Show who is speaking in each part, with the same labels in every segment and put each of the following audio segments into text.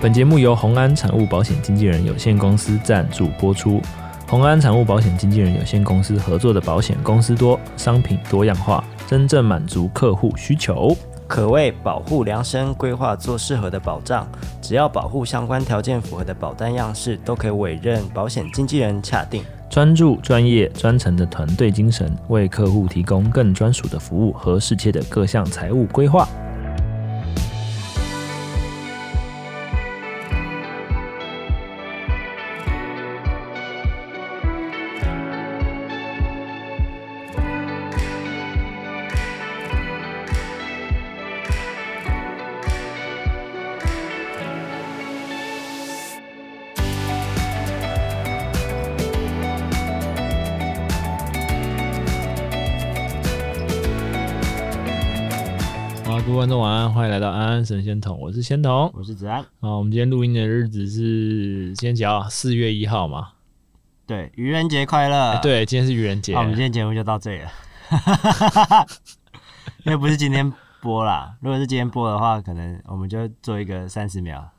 Speaker 1: 本节目由红安产物保险经纪人有限公司赞助播出。红安产物保险经纪人有限公司合作的保险公司多，商品多样化，真正满足客户需求。
Speaker 2: 可为保护量身规划做适合的保障，只要保护相关条件符合的保单样式，都可以委任保险经纪人洽定。
Speaker 1: 专注、专业、专诚的团队精神，为客户提供更专属的服务和适切的各项财务规划。好，各位观众晚安，欢迎来到安安神仙桶，我是仙童。
Speaker 2: 我是子安，
Speaker 1: 啊，我们今天录音的日子是今天几号？四月一号嘛。
Speaker 2: 对，愚人节快乐！
Speaker 1: 哎，对，今天是愚人节。
Speaker 2: 好，我们今天节目就到这 里了，因为不是今天播啦，如果是今天播的话，可能我们就做一个三十 秒，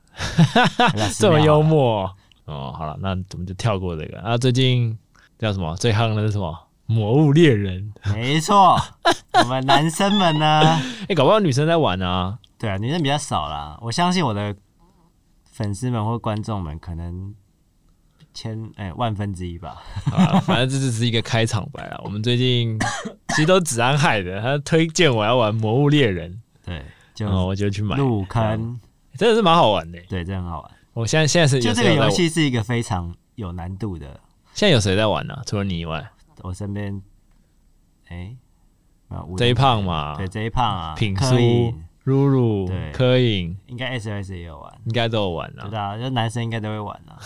Speaker 1: 这
Speaker 2: 这
Speaker 1: 么幽默哦。好了，那我们就跳过这个。啊，最近叫什么？最夯的是什么？《魔物猎人》
Speaker 2: 没错，我们男生们呢，
Speaker 1: 哎、搞不好女生在玩啊。
Speaker 2: 对啊，女生比较少啦。我相信我的粉丝们或观众们可能千哎、万分之一吧。
Speaker 1: 好啦反正这只是一个开场白啊。我们最 近其实都子安害的，他推荐我要玩《魔物猎人
Speaker 2: 对，》，就
Speaker 1: 然后哦我就去买，
Speaker 2: 入坑，
Speaker 1: 真的是蛮好玩的、
Speaker 2: 对，这很好玩。
Speaker 1: 我现在现在是
Speaker 2: 就
Speaker 1: 有
Speaker 2: 这
Speaker 1: 谁
Speaker 2: 个
Speaker 1: 有在
Speaker 2: 游
Speaker 1: 玩，
Speaker 2: 戏是一个非常有难度的。
Speaker 1: 现在有谁在玩呢、除了你以外，
Speaker 2: 我身边哎，啊，无人
Speaker 1: 贼胖嘛，
Speaker 2: 对贼胖啊，
Speaker 1: 品
Speaker 2: 柯以
Speaker 1: 书、露露
Speaker 2: 对、
Speaker 1: 柯颖
Speaker 2: 应该 SOS 也有玩，
Speaker 1: 应该都有玩
Speaker 2: 对
Speaker 1: 啊，
Speaker 2: 啊，就男生应该都会玩啊。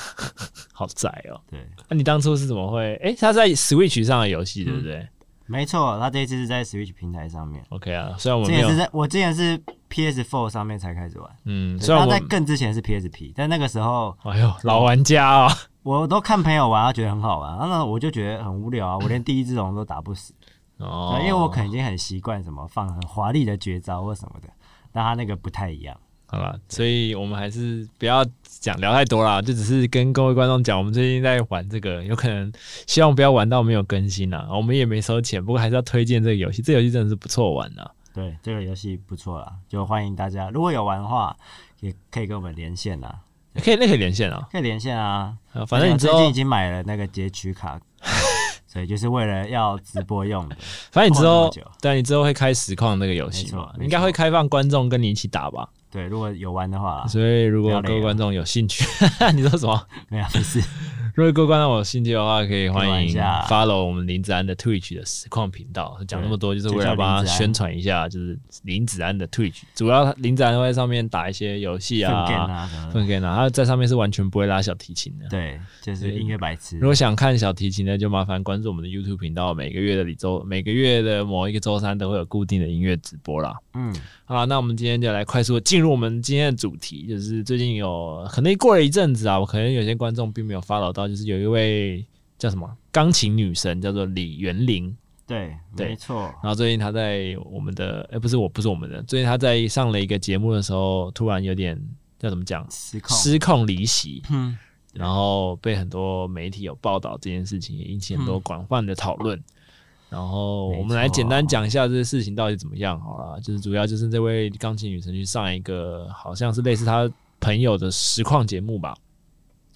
Speaker 1: 好宅哦、
Speaker 2: 对，
Speaker 1: 那、你当初是怎么会？哎、它在 Switch 上的游戏
Speaker 2: 嗯
Speaker 1: 对不对、
Speaker 2: 没错，他这一次是在 Switch 平台上面，
Speaker 1: o k 啊，虽然我
Speaker 2: 之
Speaker 1: 们没
Speaker 2: 前
Speaker 1: 有
Speaker 2: 是，在我之前是 PS4 上面才开始玩。
Speaker 1: 嗯，
Speaker 2: 对
Speaker 1: 虽然
Speaker 2: 他
Speaker 1: 我
Speaker 2: 在
Speaker 1: 们，
Speaker 2: 更之前是 PSP，但那个时候
Speaker 1: 哎呦，老玩家啊、
Speaker 2: 我都看朋友玩，他觉得很好玩，啊那我就觉得很无聊啊，我连第一只龙都打不死，
Speaker 1: 哦
Speaker 2: 对，因为我可能已经很习惯什么放很华丽的绝招或什么的，但他那个不太一样。
Speaker 1: 好吧，所以我们还是不要讲聊太多啦，就只是跟各位观众讲，我们最近在玩这个，有可能希望不要玩到没有更新啊啦。我们也没收钱，不过还是要推荐这个游戏，这个游戏真的是不错玩啊的。
Speaker 2: 对，这个游戏不错啦，就欢迎大家如果有玩的话，也可以跟我们连线啦，
Speaker 1: 可以，那可以连线啊，
Speaker 2: 可以连线啊。
Speaker 1: 啊反正你
Speaker 2: 我
Speaker 1: 之
Speaker 2: 最
Speaker 1: 后
Speaker 2: 近已，经买了那个截 取卡，所以就是为了要直播用的。
Speaker 1: 反正你之
Speaker 2: 逛那么
Speaker 1: 后
Speaker 2: 久，
Speaker 1: 对，你之后会开实况那个游戏嘛
Speaker 2: 没，错
Speaker 1: 应该会开放观众跟你一起打吧。
Speaker 2: 对，如果有玩的话啦，
Speaker 1: 所以如
Speaker 2: 啊不
Speaker 1: 果
Speaker 2: 要累
Speaker 1: 各位
Speaker 2: 了
Speaker 1: 观众有兴趣， 你说什么？
Speaker 2: 没有没事。
Speaker 1: 如果各位观众有兴趣的话，可以欢
Speaker 2: 玩一
Speaker 1: 迎
Speaker 2: 下
Speaker 1: follow 我们林子安的 Twitch 的实况频道。讲那么多，就是为了帮他
Speaker 2: 就叫林子安
Speaker 1: 宣传一下，就是林子安的 Twitch。主要林子安会在上面打一些游戏
Speaker 2: 粪便
Speaker 1: 啊，
Speaker 2: 啊什么的，
Speaker 1: 粪 game 啊，他在上面是完全不会拉小提琴的。
Speaker 2: 对，就是音乐白痴
Speaker 1: 如。果想看小提琴的，就麻烦关注我们的 YouTube 频道，每个月的里周，每个月的某一个周三都会有固定的音乐直播啦。
Speaker 2: 嗯。
Speaker 1: 好啦，那我们今天就来快速地进入我们今天的主题，就是最近有可能过了一阵子啊，我可能有些观众并没有 follow 到，就是有一位叫什么钢琴女神，叫做李元玲，
Speaker 2: 对，
Speaker 1: 对
Speaker 2: 没错，
Speaker 1: 然后最近她在我们的，哎、不是我，不是我们的，最近她在上了一个节目的时候，突然有点叫怎么讲，
Speaker 2: 失控。
Speaker 1: 失控离席，
Speaker 2: 嗯，
Speaker 1: 然后被很多媒体有报道这件事情，也引起很
Speaker 2: 嗯
Speaker 1: 多广泛的讨论。然后我们来简单讲一下这个事情到底怎么样好了，就是主要就是这位钢琴女神去上一个好像是类似她朋友的实况节目吧。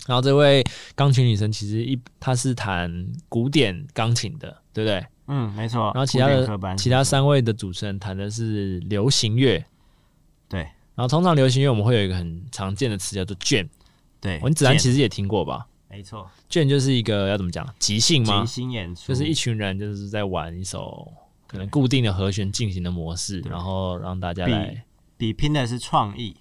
Speaker 1: 然后这位钢琴女神其实一她是弹古典钢琴的，对不对？
Speaker 2: 嗯，没错。
Speaker 1: 然后其他
Speaker 2: 古典科
Speaker 1: 的
Speaker 2: 班
Speaker 1: 其他三位的主持人弹的是流行乐。
Speaker 2: 对
Speaker 1: 然后通常流行乐我们会有一个很常见的词叫做哦卷，
Speaker 2: 对，
Speaker 1: 文子然
Speaker 2: 见
Speaker 1: 其实也听过吧？
Speaker 2: 没错，
Speaker 1: 卷就是一个要怎么讲即兴吗
Speaker 2: 即？兴演出
Speaker 1: 就是一群人就是在玩一首可能固定的和弦进行的模式，然后让大家来
Speaker 2: 比拼的是创意，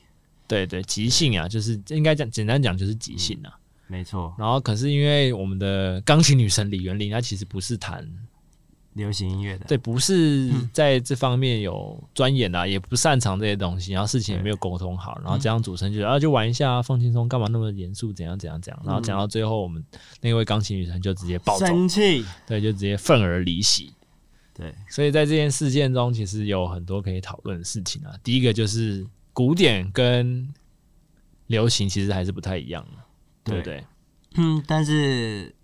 Speaker 1: 对对即兴啊，就是应该讲简单讲就是即兴啊。
Speaker 2: 没错，
Speaker 1: 然后可是因为我们的钢琴女神李元玲，她其实不是弹
Speaker 2: 流行音乐的，
Speaker 1: 对，不是
Speaker 2: 嗯
Speaker 1: 在这方面有钻研啊，也不擅长这些东西，然后事情也
Speaker 2: 对嗯
Speaker 1: 没有沟通好，然后加上主持人就说啊就玩一下啊，放轻松，干嘛那么严肃，怎样怎样怎样，然后讲
Speaker 2: 嗯
Speaker 1: 到最后，我们那位钢琴女神就直接暴走，
Speaker 2: 生气，
Speaker 1: 对，就直接愤而离席。
Speaker 2: 对
Speaker 1: 所以在这件事件中，其实有很多可以讨论的事情啊。第一个就是古典跟流行其实还是不太一样的，对不对？
Speaker 2: 嗯，但是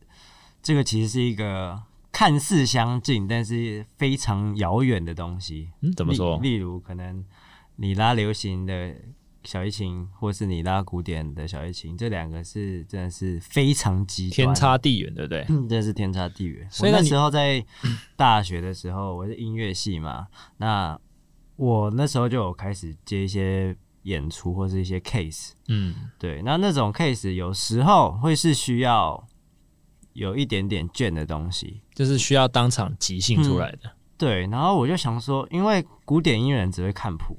Speaker 2: 这个其实是一个看似相近，但是非常遥远的东西。
Speaker 1: 嗯，怎么说？
Speaker 2: 例例如，可能你拉流行的小提琴，或是你拉古典的小提琴，这两个是真的是非常极端，
Speaker 1: 天差地远，对不对？
Speaker 2: 嗯，真的是天差地远。
Speaker 1: 所以
Speaker 2: 我
Speaker 1: 那
Speaker 2: 那
Speaker 1: 你
Speaker 2: 时候在大学的时候，我是音乐系嘛，那我那时候就有开始接一些演出或是一些 case，
Speaker 1: 嗯，
Speaker 2: 对，那那种 case 有时候会是需要有一点点卷的东西。
Speaker 1: 就是需要当场即兴出来的。
Speaker 2: 嗯对，然后我就想说，因为古典音乐人只会看谱，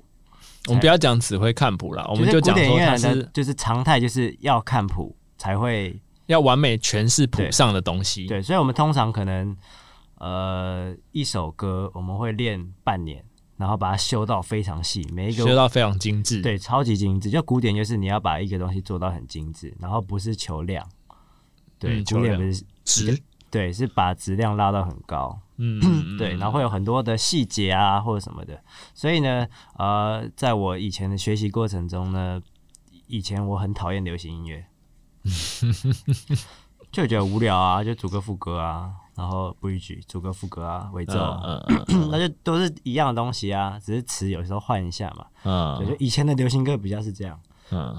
Speaker 1: 我们不要讲只会看谱啦，我
Speaker 2: 我
Speaker 1: 们就
Speaker 2: 古
Speaker 1: 讲
Speaker 2: 典音
Speaker 1: 说
Speaker 2: 乐
Speaker 1: 它
Speaker 2: 人的
Speaker 1: 是
Speaker 2: 就是常态，就是要看谱才会
Speaker 1: 要完美诠释谱
Speaker 2: 对
Speaker 1: 上的东西。
Speaker 2: 对，所以我们通常可能呃一首歌我们会练半年，然后把它修到非常细，每一
Speaker 1: 学
Speaker 2: 个。
Speaker 1: 到非常精致。
Speaker 2: 对，超级精致。就古典，就是你要把一个东西做到很精致，然后不是求量。对，
Speaker 1: 嗯求
Speaker 2: 古典
Speaker 1: 量
Speaker 2: 不是
Speaker 1: 值，
Speaker 2: 对，是把质量拉到很高。
Speaker 1: 嗯， 嗯
Speaker 2: 对，然后会有很多的细节啊或者什么的。所以呢，呃，在我以前的学习过程中呢，以前我很讨厌流行音 乐，就觉得无聊啊，就主歌副歌啊，然后不一句主歌副歌啊，尾奏啊、
Speaker 1: 嗯嗯
Speaker 2: 那就都是一样的东西啊，只是词有时候换一下嘛。对，就
Speaker 1: 嗯
Speaker 2: 以前的流行歌比较是这样。
Speaker 1: 嗯，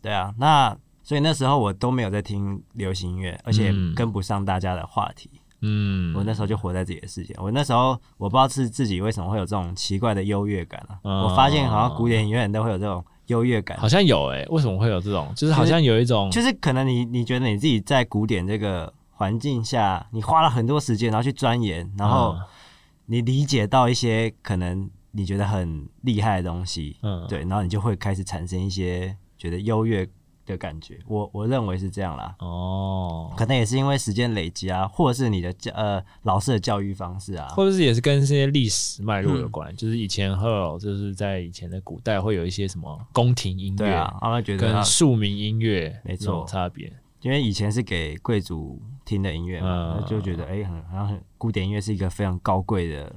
Speaker 2: 对啊，那所以那时候我都没有在听流行音乐，而且
Speaker 1: 嗯
Speaker 2: 跟不上大家的话题。
Speaker 1: 嗯，
Speaker 2: 我那时候就活在自己的世界。我那时候我不知道是自己为什么会有这种奇怪的优越感啊。
Speaker 1: 嗯
Speaker 2: 我发现好像古典永远都会有这种优越感，
Speaker 1: 好像有诶、为什么会有这种？就是好像有一种，
Speaker 2: 就是可能你你觉得你自己在古典这个环境下，你花了很多时间，然后去钻研，然后
Speaker 1: 嗯
Speaker 2: 你理解到一些可能你觉得很厉害的东西，
Speaker 1: 嗯，
Speaker 2: 对，然后你就会开始产生一些觉得优越的感觉。我我认为是这样啦。
Speaker 1: 哦，
Speaker 2: 可能也是因为时间累积啊，或者是你的教呃老师的教育方式啊，嗯
Speaker 1: 会不会也是跟这些历史脉络有关？就是以前会有，就是在以前的古代会有一些什么宫廷音
Speaker 2: 对
Speaker 1: 乐
Speaker 2: 啊，他们觉得
Speaker 1: 跟
Speaker 2: 啊
Speaker 1: 庶民音乐
Speaker 2: 没错
Speaker 1: 这种差别，
Speaker 2: 因为以前是给贵族听的音乐嘛，
Speaker 1: 嗯
Speaker 2: 那就觉得哎、很好像很古典音乐是一个非常高贵的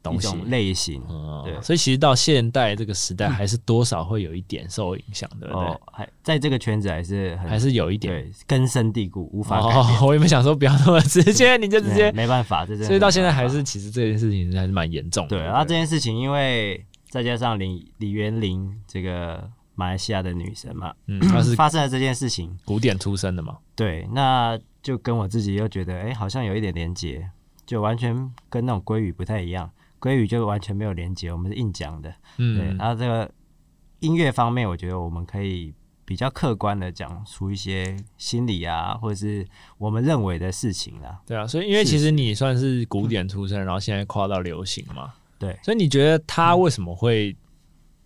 Speaker 2: 一
Speaker 1: 东西
Speaker 2: 种类型。
Speaker 1: 嗯，
Speaker 2: 对
Speaker 1: 所以其实到现代这个时代，还是多少会有一点受影响，对不
Speaker 2: 哦
Speaker 1: 对？，
Speaker 2: 还在这个圈子还是很
Speaker 1: 还是有一点。哦
Speaker 2: 对根深蒂固，无法改 变
Speaker 1: 哦，我原本想说不要那么直接，你 就直接
Speaker 2: 对没办法，这真的
Speaker 1: 所以到现在
Speaker 2: 没办
Speaker 1: 还
Speaker 2: 法
Speaker 1: 是，其实这件事情还是蛮严重的。
Speaker 2: 对。然啊后这件事情，因为再加上李李元玲这个马来西亚的女神嘛，
Speaker 1: 嗯，他是
Speaker 2: 发生了这件事情，
Speaker 1: 古典出身的嘛，
Speaker 2: 对，那就跟我自己又觉得，哎、好像有一点连结，就完全跟那种鲑鱼不太一样。鲑鱼就完全没有连结，我们是硬讲的。对，啊
Speaker 1: 嗯
Speaker 2: 然后这个音乐方面，我觉得我们可以比较客观的讲出一些心理啊，或者是我们认为的事情啦。
Speaker 1: 对啊，所以因为其实你算是古
Speaker 2: 嗯
Speaker 1: 典出身，然后现在跨到流行嘛，
Speaker 2: 对，
Speaker 1: 所以你觉得他为什么会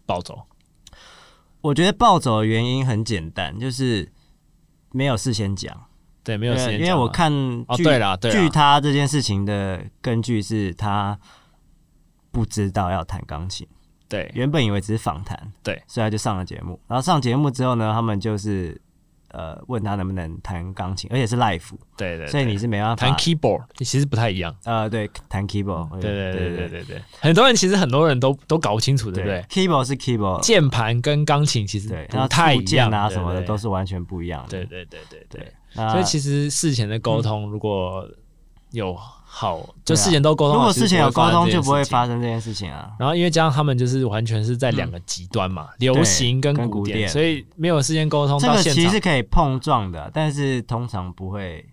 Speaker 1: 暴
Speaker 2: 嗯
Speaker 1: 走？
Speaker 2: 我觉得暴走的原因很简单，就是没有事先讲，
Speaker 1: 对，没
Speaker 2: 因
Speaker 1: 有时
Speaker 2: 为
Speaker 1: 间
Speaker 2: 因为
Speaker 1: 讲
Speaker 2: 我
Speaker 1: 嘛
Speaker 2: 看
Speaker 1: 哦，
Speaker 2: 剧
Speaker 1: 对啦，对
Speaker 2: 据
Speaker 1: 啦，
Speaker 2: 他这件事情的根据是他不知道要弹钢琴，
Speaker 1: 对，
Speaker 2: 原本以为只是访谈，
Speaker 1: 对，
Speaker 2: 所以他就上了节目。然后上节目之后呢，他们就是呃问他能不能弹钢琴，而且是 live，
Speaker 1: 对对，
Speaker 2: 所以
Speaker 1: 对
Speaker 2: 你是没办法
Speaker 1: 弹 keyboard 其实不太一样，
Speaker 2: 呃对弹 keyboard，
Speaker 1: 对对对对
Speaker 2: 嗯对
Speaker 1: 对对，很多人其实很多人都都搞不清楚，对不对？
Speaker 2: keyboard 是 keyboard，
Speaker 1: 键盘跟钢琴其实
Speaker 2: 对，然
Speaker 1: 不
Speaker 2: 后
Speaker 1: 太
Speaker 2: 触
Speaker 1: 一样
Speaker 2: 键啊什么的都
Speaker 1: 是
Speaker 2: 是完全不一样的。
Speaker 1: 对对对对对。
Speaker 2: 对，啊那
Speaker 1: 所以其实事前的沟通如果有好，就
Speaker 2: 对啊
Speaker 1: 事前都沟通
Speaker 2: 如
Speaker 1: 好，
Speaker 2: 果
Speaker 1: 其实
Speaker 2: 事前有沟通，就不会
Speaker 1: 发生这件事情。
Speaker 2: 发生这件事情啊。
Speaker 1: 然后因为加上他们就是完全是在两个极端嘛，流行跟
Speaker 2: 嗯跟
Speaker 1: 古
Speaker 2: 古
Speaker 1: 典，
Speaker 2: 典
Speaker 1: 所以没有事先沟通
Speaker 2: 这
Speaker 1: 到
Speaker 2: 个
Speaker 1: 现
Speaker 2: 其实
Speaker 1: 场
Speaker 2: 是，可以碰撞的，但是通常不会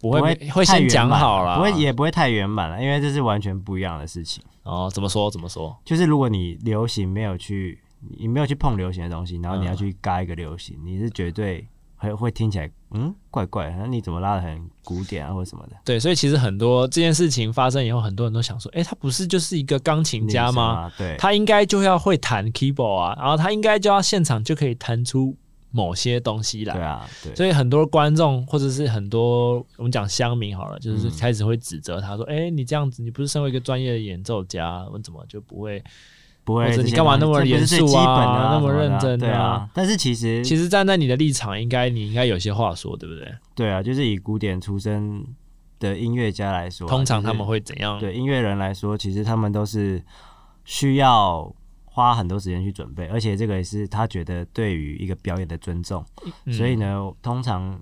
Speaker 1: 不
Speaker 2: 不
Speaker 1: 会会
Speaker 2: 太
Speaker 1: 先
Speaker 2: 圆
Speaker 1: 讲
Speaker 2: 满啊
Speaker 1: 好了，
Speaker 2: 不会也不会太圆满了，因为这是完全不一样的事情。
Speaker 1: 哦，怎么说怎么说，
Speaker 2: 就是如果你流行没有去，你没有去碰流行的东西，然
Speaker 1: 嗯
Speaker 2: 后你要去嘎一个流行，你是绝对会会听起来嗯怪怪，那你怎么拉的很古典啊或者什么的？
Speaker 1: 对，所以其实很多这件事情发生以后，很多人都想说，诶，他不是就是一个钢琴家吗？
Speaker 2: 女生啊？对，
Speaker 1: 他应该就要会弹 keyboard 啊，然后他应该就要现场就可以弹出某些东西来
Speaker 2: 对。啊，对，
Speaker 1: 所以很多观众或者是很多我们讲乡民好了，就是
Speaker 2: 嗯
Speaker 1: 开始会指责他说：“哎、你这样子，你不是身为一个专业的演奏家，我怎么就不会
Speaker 2: 嗯不
Speaker 1: 或
Speaker 2: 会
Speaker 1: 者
Speaker 2: 这些东西，
Speaker 1: 你干嘛那么
Speaker 2: 这不是最
Speaker 1: 严肃
Speaker 2: 基
Speaker 1: 啊
Speaker 2: 本的啊
Speaker 1: 那么
Speaker 2: 什的啊
Speaker 1: 认真
Speaker 2: 对
Speaker 1: 啊
Speaker 2: 啊，但是其实
Speaker 1: 其实站在你的立场，应该你应该有些话说，对不对？
Speaker 2: 对啊，就是以古典出身的音乐家来说啊，
Speaker 1: 通常
Speaker 2: 就是
Speaker 1: 他们会怎样？
Speaker 2: 对音乐人来说，其实他们都是需要花很多时间去准备，而且这个也是他觉得对于一个表演的尊重。
Speaker 1: 嗯
Speaker 2: 所以呢，通常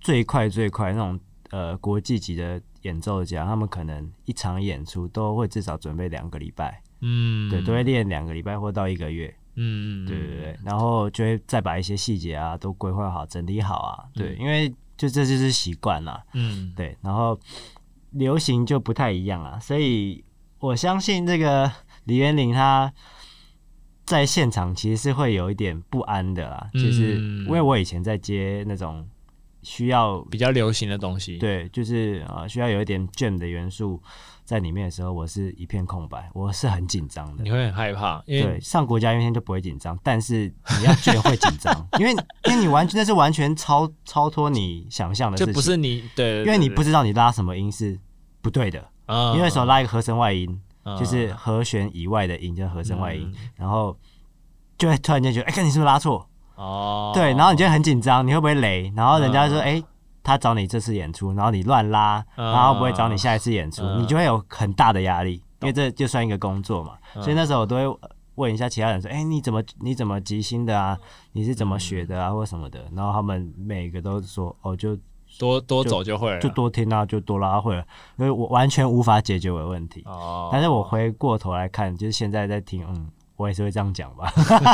Speaker 2: 最快最快那种呃国际级的演奏家，他们可能一场演出都会至少准备两个礼拜，
Speaker 1: 嗯，
Speaker 2: 对，都会练两个礼拜或到一个月，
Speaker 1: 嗯，嗯，
Speaker 2: 对对对，然后就会再把一些细节啊都规划好、整理好啊，对，
Speaker 1: 嗯
Speaker 2: 因为就这就是习惯啦，
Speaker 1: 嗯，
Speaker 2: 对，然后流行就不太一样啦，所以我相信这个李元玲她在现场其实是会有一点不安的啦，就是
Speaker 1: 嗯
Speaker 2: 因为我以前在接那种需要
Speaker 1: 比较流行的东西，，
Speaker 2: 对，就是呃需要有一点 jam 的元素在里面的时候，我是一片空白，我是很紧张的
Speaker 1: 你。会很害怕，因为
Speaker 2: 对，上国家音乐天就不会紧张，但是你要 jam 会紧张，因为因为你完全那是完全超超脱你想象的事
Speaker 1: 就
Speaker 2: 情，
Speaker 1: 不是你对，对
Speaker 2: 因为你
Speaker 1: 对
Speaker 2: 不知道你拉什么音是不对的，
Speaker 1: 啊，
Speaker 2: 因为时候拉一个和声外音，
Speaker 1: 啊
Speaker 2: 就是和弦以外的音，就是和声外音
Speaker 1: 嗯，
Speaker 2: 然后就会突然间觉得，哎，看你是不是拉错？
Speaker 1: 哦，
Speaker 2: 对，然后你就会很紧张，你会不会雷？然后人家说，哎，他找你这次演出，然后你乱拉，
Speaker 1: 嗯
Speaker 2: 然后不会找你下一次演出，
Speaker 1: 嗯
Speaker 2: 你就会有很大的压力，因为这就算一个工作嘛。
Speaker 1: 嗯
Speaker 2: 所以那时候我都会问一下其他人说，哎，你怎么你怎么即兴的啊？你是怎么学的啊，或什么的？然后他们每个都说，哦，就
Speaker 1: 多多走就会了，
Speaker 2: 就多听啊，就多拉会了，因为我完全无法解决我的问题。
Speaker 1: 哦，
Speaker 2: 但是我回过头来看，就是现在在听，嗯，我也是会这样讲吧。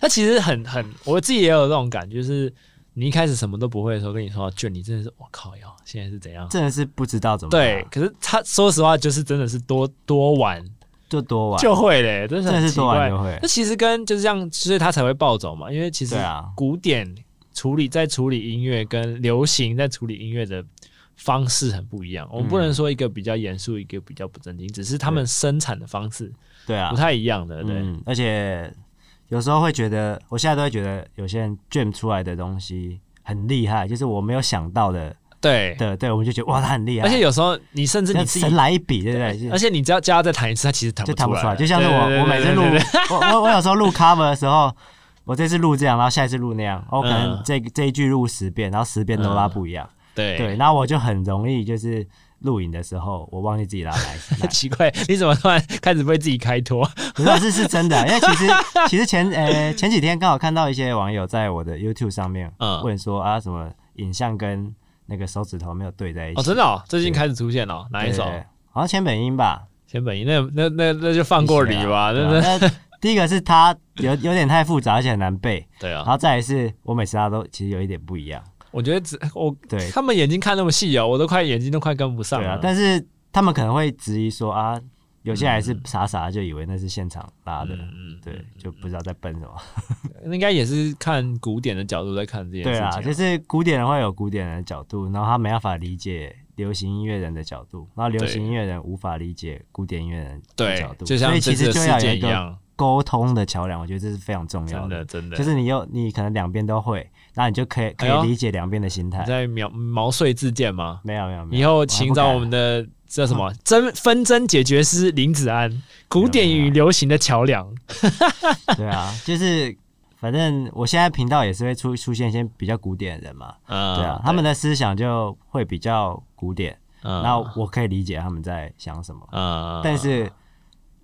Speaker 1: 他其实很很，我自己也有这种感觉，就是你一开始什么都不会的时候，跟你说到卷，你真的是我靠哟，现在是怎样？
Speaker 2: 真的是不知道怎么
Speaker 1: 对
Speaker 2: 办，
Speaker 1: 可是他说实话，就是真的是多多玩
Speaker 2: 就多玩，
Speaker 1: 就会嘞，真的
Speaker 2: 真
Speaker 1: 很
Speaker 2: 的
Speaker 1: 奇
Speaker 2: 是多玩
Speaker 1: 怪
Speaker 2: 就。会
Speaker 1: 那。其实跟就是这样，所以他才会暴走嘛，因为其实
Speaker 2: 对啊
Speaker 1: 古典处理在处理音乐跟流行在处理音乐的方式很不一样。
Speaker 2: 嗯
Speaker 1: 我们不能说一个比较严肃，一个比较不正经，只是他们生产的方式
Speaker 2: 对啊
Speaker 1: 不，太一样的，对。
Speaker 2: 嗯，而且有时候会觉得，我现在都会觉得有些人 dream 出来的东西很厉害，就是我没有想到的，
Speaker 1: 对，
Speaker 2: 对对，我们就觉得哇，他很厉害，
Speaker 1: 而且有时候你甚至你
Speaker 2: 那
Speaker 1: 自
Speaker 2: 神
Speaker 1: 己，
Speaker 2: 来一笔，对不对？
Speaker 1: 而且你只要叫他再弹一次，他其实弹
Speaker 2: 就弹不出
Speaker 1: 来
Speaker 2: 来。
Speaker 1: 了，
Speaker 2: 就像是我，
Speaker 1: 对
Speaker 2: 我每次录
Speaker 1: 对对对对，
Speaker 2: 我我我有时候录 cover 的时候，我这次录这样，然后下一次录那样，我可能
Speaker 1: 嗯
Speaker 2: 这这一句录十遍，然后十遍都拉
Speaker 1: 嗯
Speaker 2: 不一样。
Speaker 1: 对
Speaker 2: 对，然后我就很容易就是录影的时候，我忘记自己拉哪一次哪 一
Speaker 1: 奇怪，你怎么突然开始被自己开脱？哦
Speaker 2: 可是这是真的，啊因为其实其实前呃前几天刚好看到一些网友在我的 YouTube 上面
Speaker 1: 嗯
Speaker 2: 问说啊什么影像跟那个手指头没有对在一起，
Speaker 1: 哦，真的哦，最近开始出现了，哦哪一首
Speaker 2: 对？对对好像千本樱吧，
Speaker 1: 前本一，那那那那就放过你吧，
Speaker 2: 对
Speaker 1: 那
Speaker 2: 啊
Speaker 1: 那
Speaker 2: 那第一个是它有有点太复杂，而且很难背，
Speaker 1: 对
Speaker 2: 然
Speaker 1: 啊，
Speaker 2: 后再来是我每次拉都其实有一点不一样，
Speaker 1: 我觉得只我
Speaker 2: 对
Speaker 1: 他们眼睛看那么细哦，我都快眼睛都快跟不上
Speaker 2: 对啊
Speaker 1: 了，。
Speaker 2: 但是他们可能会质疑说啊，有些还是傻傻的就以为那是现场拉的，
Speaker 1: 嗯，
Speaker 2: 啊对，就不知道在笨什么。
Speaker 1: 嗯，应该也是看古典的角度在看这件
Speaker 2: 对
Speaker 1: 事情
Speaker 2: 啊，
Speaker 1: 啊，
Speaker 2: 就是古典人会有古典人的角度，然后他没办法理解流行音乐人的角度，然后流行音乐人无法理解古典音乐人的角
Speaker 1: 对
Speaker 2: 度，，
Speaker 1: 就
Speaker 2: 所
Speaker 1: 像
Speaker 2: 以
Speaker 1: 这
Speaker 2: 其
Speaker 1: 次
Speaker 2: 实
Speaker 1: 的
Speaker 2: 就要
Speaker 1: 事
Speaker 2: 有
Speaker 1: 件
Speaker 2: 一
Speaker 1: 一
Speaker 2: 个
Speaker 1: 样，
Speaker 2: 沟通的桥梁，我觉得这是非常重要
Speaker 1: 真的真的，
Speaker 2: 就是你有你可能两边都会，那你就可以可
Speaker 1: 哎呦
Speaker 2: 以理解两边的心态
Speaker 1: 你。在描毛遂自荐吗？
Speaker 2: 没有没有没有，
Speaker 1: 以后请找我们
Speaker 2: 的
Speaker 1: 的叫什么争纷争解决师林子安，古典与流行的桥梁。
Speaker 2: 对啊，就是反正我现在频道也是会出出现一些比较古典的人嘛，
Speaker 1: 嗯
Speaker 2: 对啊，他们的思想就会比较古典，那
Speaker 1: 那
Speaker 2: 我可以理解他们在想什么。
Speaker 1: 呃
Speaker 2: 但是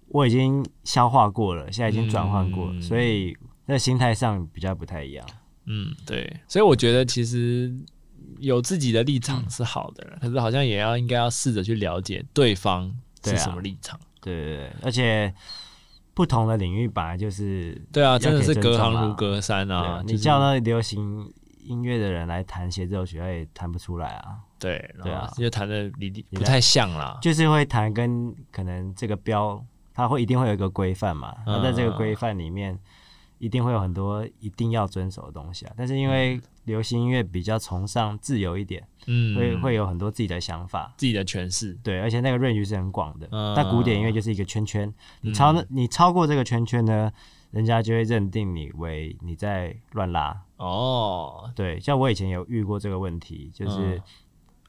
Speaker 2: 我已经消化过了，现在已经转换过了，
Speaker 1: 嗯
Speaker 2: 所以在心态上比较不太一样。
Speaker 1: 嗯，对，所以我觉得其实有自己的立场是好的，可是好像也要应该要试着去了解对方
Speaker 2: 对
Speaker 1: 是
Speaker 2: 啊
Speaker 1: 什么立场。
Speaker 2: 对对对，而且不同的领域本来就是
Speaker 1: 对啊，
Speaker 2: 要
Speaker 1: 真的
Speaker 2: 给
Speaker 1: 是
Speaker 2: 尊
Speaker 1: 隔
Speaker 2: 重
Speaker 1: 行
Speaker 2: 啊
Speaker 1: 如隔山
Speaker 2: 对
Speaker 1: 啊
Speaker 2: 啊，
Speaker 1: 就是
Speaker 2: 你叫那流行音乐的人来弹协奏曲，他也弹不出来啊，
Speaker 1: 对，
Speaker 2: 对
Speaker 1: 然
Speaker 2: 啊
Speaker 1: 后就谈的理理
Speaker 2: 你
Speaker 1: 不
Speaker 2: 来
Speaker 1: 太像啦。
Speaker 2: 就是会弹跟可能这个标，它会一定会有一个规范嘛，
Speaker 1: 嗯
Speaker 2: 那在这个规范里面。一定会有很多一定要遵守的东西啊，但是因为流行音乐比较崇尚自由一点，
Speaker 1: 嗯，
Speaker 2: 会会有很多自己的想法，
Speaker 1: 自己的诠释，
Speaker 2: 对，而且那个 range 是很广的。
Speaker 1: 嗯
Speaker 2: 那古典音乐就是一个圈圈，你超、你超过这个圈圈呢，人家就会认定你为你在乱拉。
Speaker 1: 哦，
Speaker 2: 对，像我以前有遇过这个问题，就是
Speaker 1: 嗯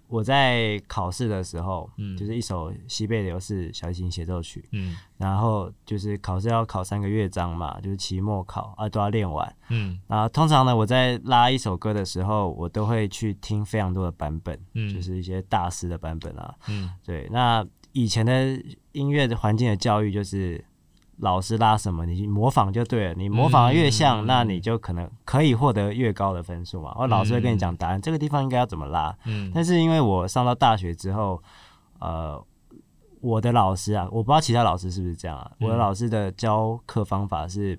Speaker 2: 我在考试的时候，
Speaker 1: 嗯
Speaker 2: 就是一首西贝流士小提琴协奏曲，
Speaker 1: 嗯
Speaker 2: 然后就是考试要考三个乐章嘛，就是期末考啊都要练完。
Speaker 1: 嗯
Speaker 2: 啊，通常呢，我在拉一首歌的时候，我都会去听非常多的版本，
Speaker 1: 嗯
Speaker 2: 就是一些大师的版本啊，
Speaker 1: 嗯
Speaker 2: 对，那以前的音乐的环境的教育就是老师拉什么，你模仿就对了。你模仿的越
Speaker 1: 嗯
Speaker 2: 像，那你就可能可以获得越高的分数嘛。或哦老师会跟你讲答案，这个地方应该要怎么拉。
Speaker 1: 嗯
Speaker 2: 但是因为我上到大学之后，呃，我的老师啊，我不知道其他老师是不是这样啊。
Speaker 1: 嗯
Speaker 2: 我的老师的教课方法是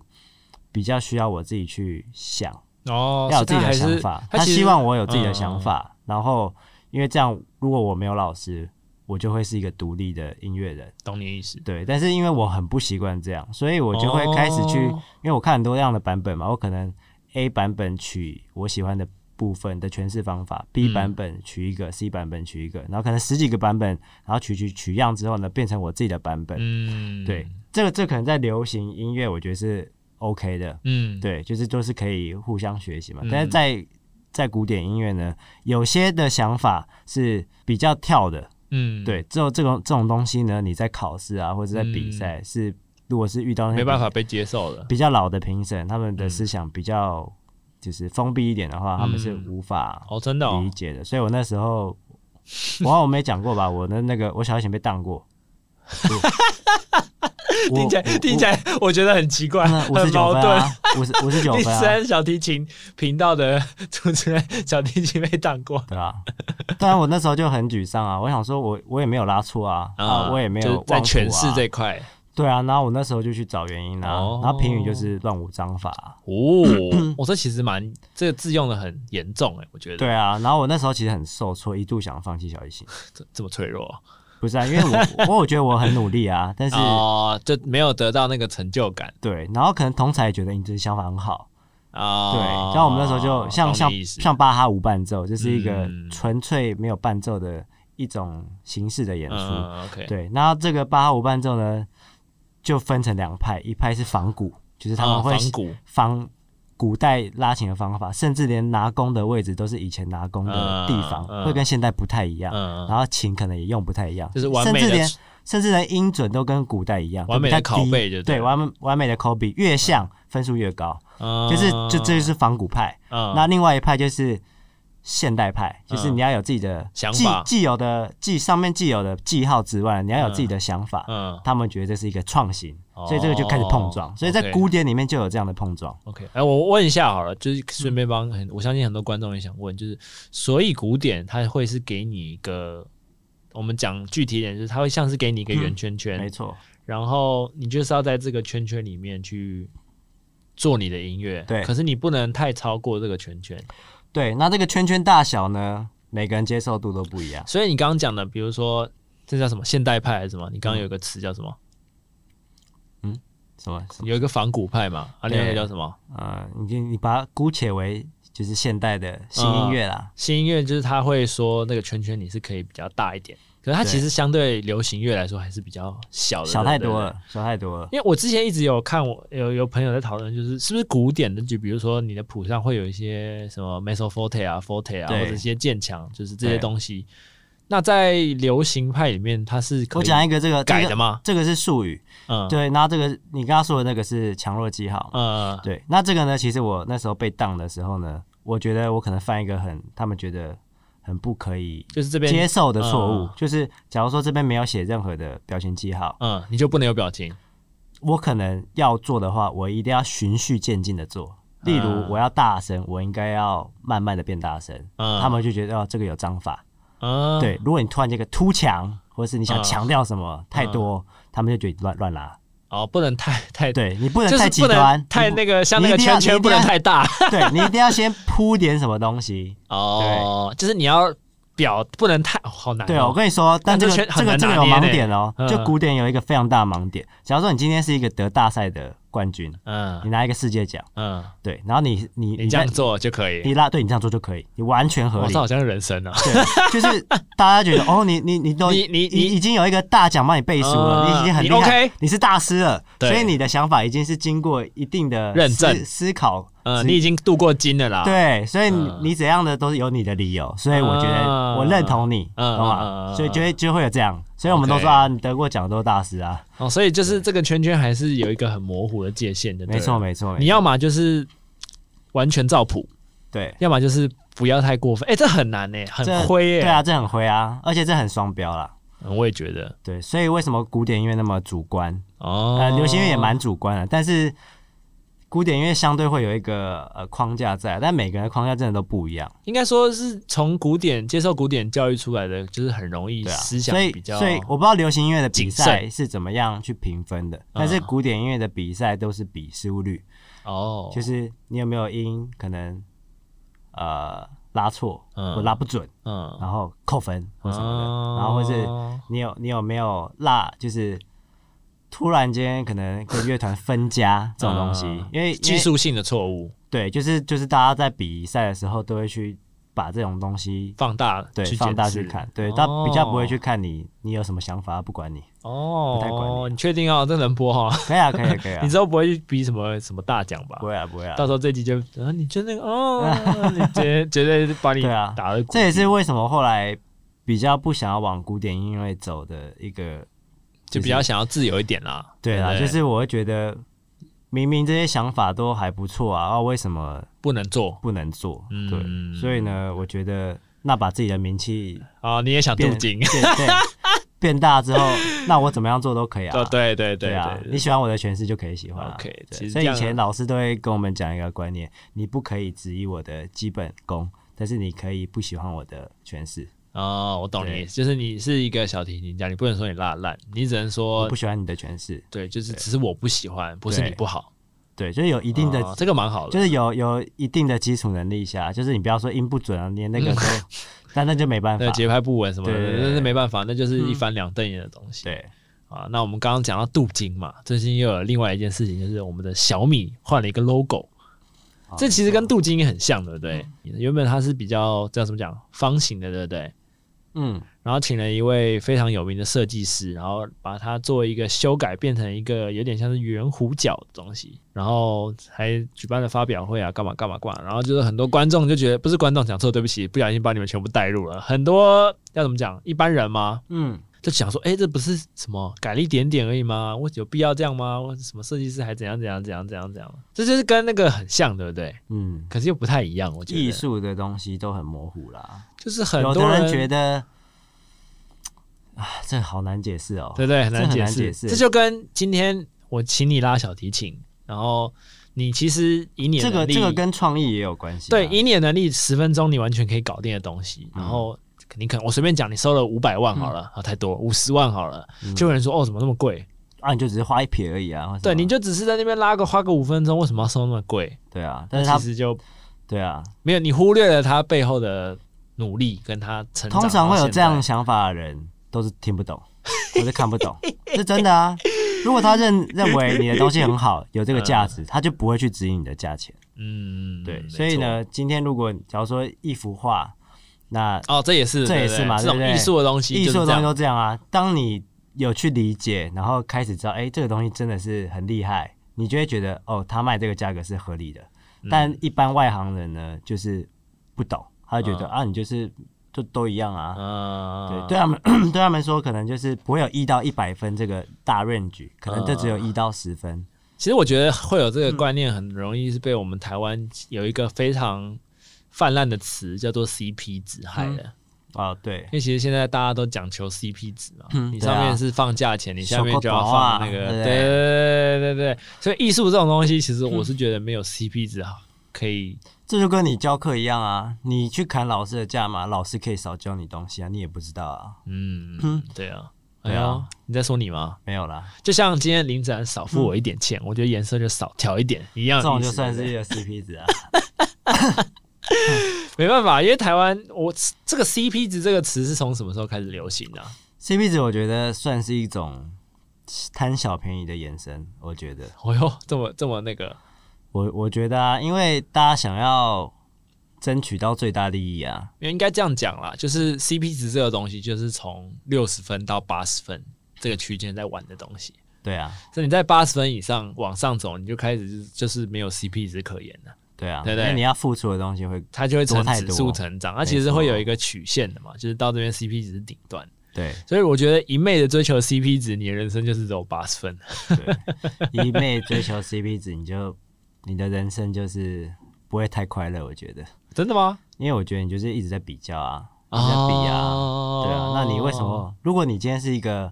Speaker 2: 比较需要我自己去想，
Speaker 1: 哦，
Speaker 2: 要有自己
Speaker 1: 所以他还
Speaker 2: 的想
Speaker 1: 是
Speaker 2: 法。
Speaker 1: 他
Speaker 2: 他
Speaker 1: 其实
Speaker 2: 希望我有自己的想
Speaker 1: 嗯
Speaker 2: 法，然后因为这样，如果我没有老师，我就会是一个独立的音乐人。
Speaker 1: 懂你的意思，
Speaker 2: 对，但是因为我很不习惯这样，所以我就会开始去，
Speaker 1: 哦
Speaker 2: 因为我看很多样的版本嘛，我可能 A 版本取我喜欢的部分的诠释方法，B
Speaker 1: 嗯
Speaker 2: 版本取一个、c 版本取一个，然后可能十几个版本，然后取取取样之后呢，变成我自己的版本。
Speaker 1: 嗯，
Speaker 2: 对，，这个这可能在流行音乐，我觉得是 OK 的，
Speaker 1: 嗯，
Speaker 2: 对，就是都是可以互相学习嘛。
Speaker 1: 嗯
Speaker 2: 但是在在古典音乐呢，有些的想法是比较跳的，
Speaker 1: 嗯，
Speaker 2: 对，这种这种这种东西呢，你在考试啊，或者在比赛、是，如果是遇到那些
Speaker 1: 没办法被嗯接受的，
Speaker 2: 比较老的评审，他们的思想比较就是封闭一点的话，他们是
Speaker 1: 嗯
Speaker 2: 无法
Speaker 1: 哦，真的哦
Speaker 2: 理，解的。所以我那时候，我好像我没讲过吧，我的那个我小以前被当过。我
Speaker 1: 听起来
Speaker 2: 我
Speaker 1: 听起来我觉得很奇怪，
Speaker 2: 五十
Speaker 1: 很
Speaker 2: 九
Speaker 1: 矛
Speaker 2: 分
Speaker 1: 盾。
Speaker 2: 啊，五十五十九
Speaker 1: 第
Speaker 2: 分啊，
Speaker 1: 三小提琴频道的 主持人小提琴被挡过，
Speaker 2: 对啊。 当然我那时候就很沮丧啊，我想说我我也没有拉错啊，啊我也没
Speaker 1: 就
Speaker 2: 有
Speaker 1: 是在
Speaker 2: 忘谱
Speaker 1: 诠释
Speaker 2: 啊
Speaker 1: 这块
Speaker 2: 对啊，然后我那时候就去找原因啊，
Speaker 1: 哦
Speaker 2: 然后评语就是乱无章法啊、
Speaker 1: 哦，我这其实蛮这个字用的很严重哎，我觉得
Speaker 2: 对啊，然后我那时候其实很受挫，一度想放弃小提琴，
Speaker 1: 这这么脆弱
Speaker 2: 不是啊，因为我 我我觉得我很努力啊，但是、
Speaker 1: 哦，就没有得到那个成就感
Speaker 2: 对，然后可能同才也觉得你这想法很好，
Speaker 1: 啊。
Speaker 2: 对，然后我们那时候就像
Speaker 1: 懂
Speaker 2: 像
Speaker 1: 你意思
Speaker 2: 像巴哈无伴奏，就是一个
Speaker 1: 嗯
Speaker 2: 纯粹没有伴奏的一种形式的演出，
Speaker 1: 嗯，OK，
Speaker 2: 对，然后这个巴哈无伴奏呢，就分成两派，一派是仿古，就是他
Speaker 1: 啊
Speaker 2: 们会
Speaker 1: 仿古
Speaker 2: 仿古代拉琴的方法，甚至连拿弓的位置都是以前拿弓的地方，
Speaker 1: 嗯嗯
Speaker 2: 会跟现代不太一样。
Speaker 1: 嗯
Speaker 2: 然后琴可能也用不太一样，
Speaker 1: 就是完
Speaker 2: 啊甚
Speaker 1: 美
Speaker 2: 至
Speaker 1: 的
Speaker 2: 连甚至连音准都跟古代一样，
Speaker 1: 完美的
Speaker 2: 都比较低
Speaker 1: 拷贝就对
Speaker 2: 对
Speaker 1: 了
Speaker 2: 完完美的口笔，越像分数越高，
Speaker 1: 嗯
Speaker 2: 就是就这就是仿古派。
Speaker 1: 嗯
Speaker 2: 那另外一派就是现代派，就是
Speaker 1: 嗯
Speaker 2: 你要有自己的
Speaker 1: 想
Speaker 2: 既
Speaker 1: 法
Speaker 2: 既有的既上面既有的记号之外，你要有自己的想法。
Speaker 1: 嗯
Speaker 2: 他们觉得这是一个创新，
Speaker 1: 哦
Speaker 2: 所以这个就开始碰撞。所以在
Speaker 1: OK
Speaker 2: 古典里面就有这样的碰撞。
Speaker 1: OK，哎，我问一下好了，
Speaker 2: 嗯
Speaker 1: 就是顺便帮很，我相信很多观众也想问，就是所以古典它会是给你一个，我们讲具体一点，就是它会像是给你一个圆圈圈，
Speaker 2: 嗯没错，
Speaker 1: 然后你就是要在这个圈圈里面去做你的音乐，
Speaker 2: 对
Speaker 1: 可是你不能太超过这个圈圈，
Speaker 2: 对。那这个圈圈大小呢，每个人接受度都不一样。
Speaker 1: 所以你刚刚讲的，比如说这叫什么现代派还是什么？你
Speaker 2: 嗯
Speaker 1: 刚刚有一个词叫什么？
Speaker 2: 什么？什么
Speaker 1: 有一个仿古派嘛，啊，
Speaker 2: 对
Speaker 1: 另外一个叫什么？
Speaker 2: 呃，你你把它姑且为就是现代的新音乐啦。
Speaker 1: 新音乐就是他会说那个圈圈你是可以比较大一点，可是它
Speaker 2: 对
Speaker 1: 其实相对流行乐来说还是比较小嗯的，
Speaker 2: 小太
Speaker 1: 对不
Speaker 2: 多
Speaker 1: 对。
Speaker 2: 了，小太多了。
Speaker 1: 因为我之前一直有看我有有朋友在讨论，就是是不是古典的，就比如说你的谱上会有一些什么 mezzo forte 啊、forte 啊，
Speaker 2: 对
Speaker 1: 或者一些渐强，就是这些
Speaker 2: 对
Speaker 1: 东西。那在流行派里面，它是可
Speaker 2: 我
Speaker 1: 以
Speaker 2: 讲一个这个
Speaker 1: 改的？吗？
Speaker 2: 这个这个是术语，
Speaker 1: 嗯，
Speaker 2: 对。那这个你刚刚说的那个是强弱记号嘛？
Speaker 1: 呃，
Speaker 2: 对，那这个呢，其实我那时候被当的时候呢，我觉得我可能犯一个很他们觉得很不可以
Speaker 1: 就是这边
Speaker 2: 接受的错误，
Speaker 1: 嗯
Speaker 2: 就是假如说这边没有写任何的表情记号，
Speaker 1: 嗯，你就不能有表情。
Speaker 2: 我可能要做的话，我一定要循序渐进的做。例如
Speaker 1: 嗯，
Speaker 2: 我要大声，我应该要慢慢的变大声，
Speaker 1: 嗯，
Speaker 2: 他们就觉得哦，这个有章法。
Speaker 1: 嗯，
Speaker 2: 对，如果你突然这个突强，或是你想
Speaker 1: 嗯
Speaker 2: 强调什么太多，他们就觉得你乱乱拉。
Speaker 1: 哦，不能太太，
Speaker 2: 对你不能
Speaker 1: 就
Speaker 2: 太
Speaker 1: 是
Speaker 2: 极
Speaker 1: 不
Speaker 2: 端
Speaker 1: 能，太
Speaker 2: 你
Speaker 1: 那个像那
Speaker 2: 你
Speaker 1: 个
Speaker 2: 一定要
Speaker 1: 圈圈
Speaker 2: 你一定
Speaker 1: 不能
Speaker 2: 要
Speaker 1: 太大。
Speaker 2: 不对你一定要先铺点什么东西，
Speaker 1: 哦，就是你要表不能太哦好难哦。
Speaker 2: 对，我跟你说，但这个
Speaker 1: 这圈
Speaker 2: 这个
Speaker 1: 很难
Speaker 2: 这个有
Speaker 1: 拿捏
Speaker 2: 盲
Speaker 1: 呢
Speaker 2: 点哦、
Speaker 1: 嗯
Speaker 2: 就古典有一个非常大的盲点。假如说你今天是一个得大赛的冠军，你
Speaker 1: 嗯
Speaker 2: 拿一个世界奖，
Speaker 1: 嗯，
Speaker 2: 对，然后你你
Speaker 1: 你这样
Speaker 2: 在
Speaker 1: 做就可以。
Speaker 2: 你拉对你这样做就可以，你完全合
Speaker 1: 哇，
Speaker 2: 理
Speaker 1: 这。好像是人生啊。
Speaker 2: 对，就是大家觉得哦，你你你都
Speaker 1: 你你你
Speaker 2: 已经有一个大奖帮你背书
Speaker 1: 嗯
Speaker 2: 了，你已经很
Speaker 1: 你
Speaker 2: 厉害
Speaker 1: OK，
Speaker 2: 你是大师了，
Speaker 1: 对
Speaker 2: 所以你的想法已经是经过一定的
Speaker 1: 认
Speaker 2: 思
Speaker 1: 证
Speaker 2: 思考。
Speaker 1: 呃，
Speaker 2: 是
Speaker 1: 你已经度过金了啦。，
Speaker 2: 对，所以你
Speaker 1: 嗯
Speaker 2: 你怎样的都是有你的理由，所以我觉得
Speaker 1: 嗯
Speaker 2: 我认同你，
Speaker 1: 嗯嗯
Speaker 2: 懂
Speaker 1: 嗯
Speaker 2: 吗？
Speaker 1: 嗯
Speaker 2: 所以就会就会有这样，所以我们都
Speaker 1: OK
Speaker 2: 说啊，你得过奖的都是大师啊，
Speaker 1: 哦，所以就是这个圈圈还是有一个很模糊的界限的。
Speaker 2: 没错，没错，没错
Speaker 1: 你要么就是完全照谱，
Speaker 2: 对
Speaker 1: 要么就是不要太过分。哎，这很难呢，很
Speaker 2: 这
Speaker 1: 灰耶。欸嗯
Speaker 2: 对啊，，这很灰啊，而且这很双标啦。
Speaker 1: 我也觉得。
Speaker 2: 对，所以为什么古典音乐那么主观？
Speaker 1: 哦，
Speaker 2: 呃，流行乐也蛮主观的，但是古典音乐相对会有一个呃框架在，但每个人的框架真的都不一样，
Speaker 1: 应该说是从古典接受古典教育出来的，就是很容易
Speaker 2: 对啊，
Speaker 1: 思想
Speaker 2: 所以
Speaker 1: 比较，
Speaker 2: 所以我不知道流行音乐的比赛
Speaker 1: 谨嗯
Speaker 2: 是怎么样去评分的，但是古典音乐的比赛都是比失误率，
Speaker 1: 哦，
Speaker 2: 就是你有没有音可能呃拉错
Speaker 1: 嗯
Speaker 2: 或拉不准，
Speaker 1: 嗯，
Speaker 2: 然后扣分或什么的，
Speaker 1: 哦
Speaker 2: 然后或是你有你有没有落就是。突然间，可能跟乐团分家这种东西，
Speaker 1: 嗯
Speaker 2: 因为因
Speaker 1: 技
Speaker 2: 为
Speaker 1: 术性的错误
Speaker 2: 对，就是就是大家在比赛的时候都会去把这种东西
Speaker 1: 放大
Speaker 2: 对
Speaker 1: 去
Speaker 2: 放大
Speaker 1: 检
Speaker 2: 去
Speaker 1: 视
Speaker 2: 看，对，
Speaker 1: 哦
Speaker 2: 他比较不会去看你你有什么想法，不管你。
Speaker 1: 哦，
Speaker 2: 不太管你
Speaker 1: 你确定哦？这能播哈、
Speaker 2: 可以啊，可以啊，可以啊
Speaker 1: 你，之后不会比什么什么大奖吧
Speaker 2: 不？会啊，不会啊
Speaker 1: 到。时候这集就，啊，你就那个 哦，你绝绝对把你
Speaker 2: 对啊
Speaker 1: 打的、
Speaker 2: 这也是为什么后来比较不想要往古典音乐走的一个
Speaker 1: 就比较想要自由一点啦。
Speaker 2: 对
Speaker 1: 啊，
Speaker 2: 啦，就是我会觉得明明这些想法都还不错啊，啊为什么
Speaker 1: 不能做
Speaker 2: 不能做？
Speaker 1: 嗯
Speaker 2: 对，所以呢，我觉得那把自己的名气
Speaker 1: 啊，你也想镀
Speaker 2: 变
Speaker 1: 金
Speaker 2: 变对变大 之后，那我怎么样做都可以啊。
Speaker 1: 哦， 对对对
Speaker 2: 对啊，
Speaker 1: 对
Speaker 2: 你喜欢我的诠释就可以喜欢啊。
Speaker 1: OK，
Speaker 2: 对
Speaker 1: 其实
Speaker 2: 所
Speaker 1: 这
Speaker 2: 以以
Speaker 1: 样
Speaker 2: 前老师都会跟我们讲一个观念：你不可以质疑我的基本功，但是你可以不喜欢我的诠释。
Speaker 1: 哦，我懂你
Speaker 2: 对
Speaker 1: 意思，就是你是一个小提琴家，你不能说你拉烂，你只能
Speaker 2: 我
Speaker 1: 说
Speaker 2: 不喜欢你的诠释，
Speaker 1: 对，就是只是我不喜欢，不是
Speaker 2: 对
Speaker 1: 你不好。
Speaker 2: 对，就是有一定的，
Speaker 1: 哦这个蛮好
Speaker 2: 就
Speaker 1: 的，
Speaker 2: 是有有一定的基础能力下，就是你不要说音不准啊，连那个都，但 那就没办
Speaker 1: 嗯
Speaker 2: 法
Speaker 1: 那。节拍不稳什么的，
Speaker 2: 对对对
Speaker 1: 那是没办法，那就是一翻两瞪眼的东西。
Speaker 2: 对，
Speaker 1: 啊，那我们刚刚讲到镀金嘛，最近又有另外一件事情，就是我们的小米换了一个 logo，、
Speaker 2: 哦
Speaker 1: 这其实跟镀金也很像，对不对？原本它是比较叫怎么讲方形的，对不对？
Speaker 2: 嗯，
Speaker 1: 然后请了一位非常有名的设计师，然后把它做一个修改，变成一个有点像是圆弧角的东西，然后还举办了发表会啊，干嘛干嘛干嘛，然后就是很多观众就觉得不是观众讲错，对不起，不小心把你们全部带入了，很多要怎么讲一般人吗？
Speaker 2: 嗯，
Speaker 1: 就想说，哎、这不是什么改了一点点而已吗？我有必要这样吗？我什么设计师还怎样怎样怎样怎样怎样？这就是跟那个很像，对不对？
Speaker 2: 嗯，
Speaker 1: 可是又不太一样，我觉
Speaker 2: 艺
Speaker 1: 得，
Speaker 2: 术的东西都很模糊啦，
Speaker 1: 就是很
Speaker 2: 有
Speaker 1: 多
Speaker 2: 的
Speaker 1: 人
Speaker 2: 人觉得，啊，这好难解释哦。
Speaker 1: 对不对？很难
Speaker 2: 这很
Speaker 1: 解
Speaker 2: 难
Speaker 1: 释，
Speaker 2: 解释
Speaker 1: 这就跟今天我请你拉小提琴，然后你其实以你的
Speaker 2: 这个
Speaker 1: 能力
Speaker 2: 这个跟创意也有关系啊。
Speaker 1: 对以你的能力十分钟你完全可以搞定的东西，然
Speaker 2: 嗯
Speaker 1: 后你可能我随便讲，你收了五百万好了、啊，太多五十万好了，
Speaker 2: 嗯
Speaker 1: 就有人说哦，怎么那么贵？
Speaker 2: 啊，你就只是画一撇而已啊。或什么
Speaker 1: 对，你就只是在那边拉个花个五分钟，为什么要收那么贵？
Speaker 2: 对啊，但
Speaker 1: 但
Speaker 2: 是他
Speaker 1: 其实就
Speaker 2: 对啊，
Speaker 1: 没有，你忽略了他背后的努力跟他成长。
Speaker 2: 通常会有这
Speaker 1: 到
Speaker 2: 样
Speaker 1: 现
Speaker 2: 想法的人都是听 不懂，或是看不懂，是真的啊。如果他认认为你的东西 很好，有这个价值，他就不会去指引你的价钱。
Speaker 1: 在，嗯，
Speaker 2: 对，
Speaker 1: 没
Speaker 2: 所以呢，今天如果假如说一幅画，那
Speaker 1: 错，哦，这也是，
Speaker 2: 这也
Speaker 1: 对不
Speaker 2: 是嘛
Speaker 1: 这种
Speaker 2: 对不对
Speaker 1: 艺术的东西，
Speaker 2: 艺
Speaker 1: 就是
Speaker 2: 术的
Speaker 1: 这
Speaker 2: 东
Speaker 1: 样
Speaker 2: 西都这样啊。当你有去理解，然后开始知道，哎、这个东西真的是很厉害，你就会觉得，哦，他卖这个价格是合理的。
Speaker 1: 嗯
Speaker 2: 但一般外行人呢，就是不懂，他就觉
Speaker 1: 嗯
Speaker 2: 得、啊，你就是就都一样啊。
Speaker 1: 啊
Speaker 2: 对，对他们 对他们说，可能就是不会有一到一百分这个大 range，可能就只
Speaker 1: 啊
Speaker 2: 有一到十分。
Speaker 1: 其实我觉得会有这
Speaker 2: 嗯
Speaker 1: 个观念，很容易是被我们台湾有一个非常泛滥的词叫做 CP 值害的，
Speaker 2: 哦，对
Speaker 1: 因，为其实现在大家都讲求 CP 值嘛，
Speaker 2: 嗯
Speaker 1: 你
Speaker 2: 对啊
Speaker 1: 上面是放价钱，你下面
Speaker 2: 小
Speaker 1: 就要
Speaker 2: 狗狗啊
Speaker 1: 放那个，
Speaker 2: 对不
Speaker 1: 对
Speaker 2: 对
Speaker 1: 对对对对，所以艺术这种东西，其实我是觉得没
Speaker 2: 嗯
Speaker 1: 有 CP 值好可以
Speaker 2: 这就跟你教课一样啊，你去砍老师的价嘛，老师可以少教你东西啊，你也不知道啊，
Speaker 1: 嗯，对啊，哎
Speaker 2: 对
Speaker 1: 呀
Speaker 2: 啊，
Speaker 1: 你在说你吗？
Speaker 2: 没有啦，
Speaker 1: 就像今天林子然少付我一点钱，我觉得颜色就少调一点一样
Speaker 2: 嗯这
Speaker 1: 的
Speaker 2: 种
Speaker 1: 意
Speaker 2: 就
Speaker 1: 思
Speaker 2: 算是
Speaker 1: 对
Speaker 2: 一个 CP 值啊。
Speaker 1: 没办法，因为台湾我这个 CP 值这个词是从什么时候开始流行的啊、
Speaker 2: CP 值我觉得算是一种贪小便宜的延伸，我觉得，
Speaker 1: 哦哟，这么这么那个，
Speaker 2: 我我觉得啊，因为大家想要争取到最大利益啊，
Speaker 1: 因为应该这样讲啦，就是 CP 值这个东西，就是从六十分到八十分这个区间在玩的东西。
Speaker 2: 对啊，
Speaker 1: 所以你在八十分以上往上走，你就开始就是就是没有 CP 值可言了，
Speaker 2: 对啊，
Speaker 1: 对对
Speaker 2: 因为你要付出的东西会，
Speaker 1: 它就会
Speaker 2: 多
Speaker 1: 呈
Speaker 2: 太
Speaker 1: 指
Speaker 2: 多啊
Speaker 1: 数成长，它其实会有一个曲线的嘛，就是到这边 CP 值是顶端。
Speaker 2: 对
Speaker 1: 所以我觉得一昧的追求 CP 值，你的人生就是只有八十分。
Speaker 2: 一昧追求 CP 值，你就你的人生就是不会太快乐，我觉得，
Speaker 1: 真的吗？
Speaker 2: 因为我觉得你就是一直在比较啊，一直在比啊，
Speaker 1: 哦
Speaker 2: 对啊，那你为什么？如果你今天是一个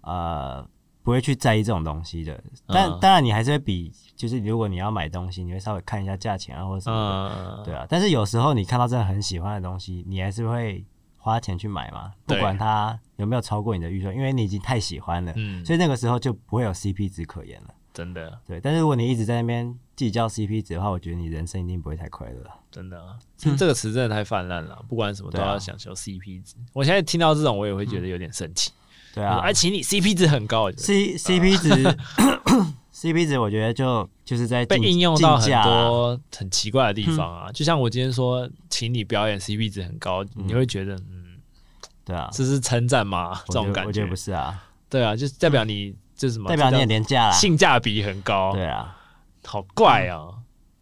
Speaker 2: 呃不会去在意这种东西的。但、
Speaker 1: 嗯
Speaker 2: 当然你还是会比，就是如果你要买东西，你会稍微看一下价钱啊或者什么的，
Speaker 1: 嗯，
Speaker 2: 对啊。但是有时候你看到真的很喜欢的东西，你还是会花钱去买嘛，不
Speaker 1: 对
Speaker 2: 管它有没有超过你的预算，因为你已经太喜欢了，
Speaker 1: 嗯，
Speaker 2: 所以那个时候就不会有 CP 值可言了。
Speaker 1: 真的
Speaker 2: 对，但是如果你一直在那边计较 CP 值的话，我觉得你人生一定不会太快乐啊。
Speaker 1: 真的啊，这这个词真的太泛滥了，不管什么都
Speaker 2: 对啊
Speaker 1: 要讲求 CP 值。我现在听到这种，我也会觉得有点生气。
Speaker 2: 对
Speaker 1: 我
Speaker 2: 啊
Speaker 1: 说，哎，呃请你 CP 值很高，我觉得
Speaker 2: C C P 值、c p 值，我觉得就就是在
Speaker 1: 被
Speaker 2: 竞
Speaker 1: 应用到
Speaker 2: 竞
Speaker 1: 很
Speaker 2: 价嗯啊
Speaker 1: 多很奇怪的地方啊。就像我今天说，请你表演 CP 值很高，你会觉得，嗯，
Speaker 2: 对啊，
Speaker 1: 这是称赞吗？
Speaker 2: 我
Speaker 1: 这
Speaker 2: 觉得
Speaker 1: 种感
Speaker 2: 我觉得不是啊，
Speaker 1: 对啊，就是代表你这是什么？
Speaker 2: 代表你
Speaker 1: 这
Speaker 2: 很
Speaker 1: 叫
Speaker 2: 廉价啦。
Speaker 1: 性价比很高，
Speaker 2: 对嗯啊，
Speaker 1: 好怪啊！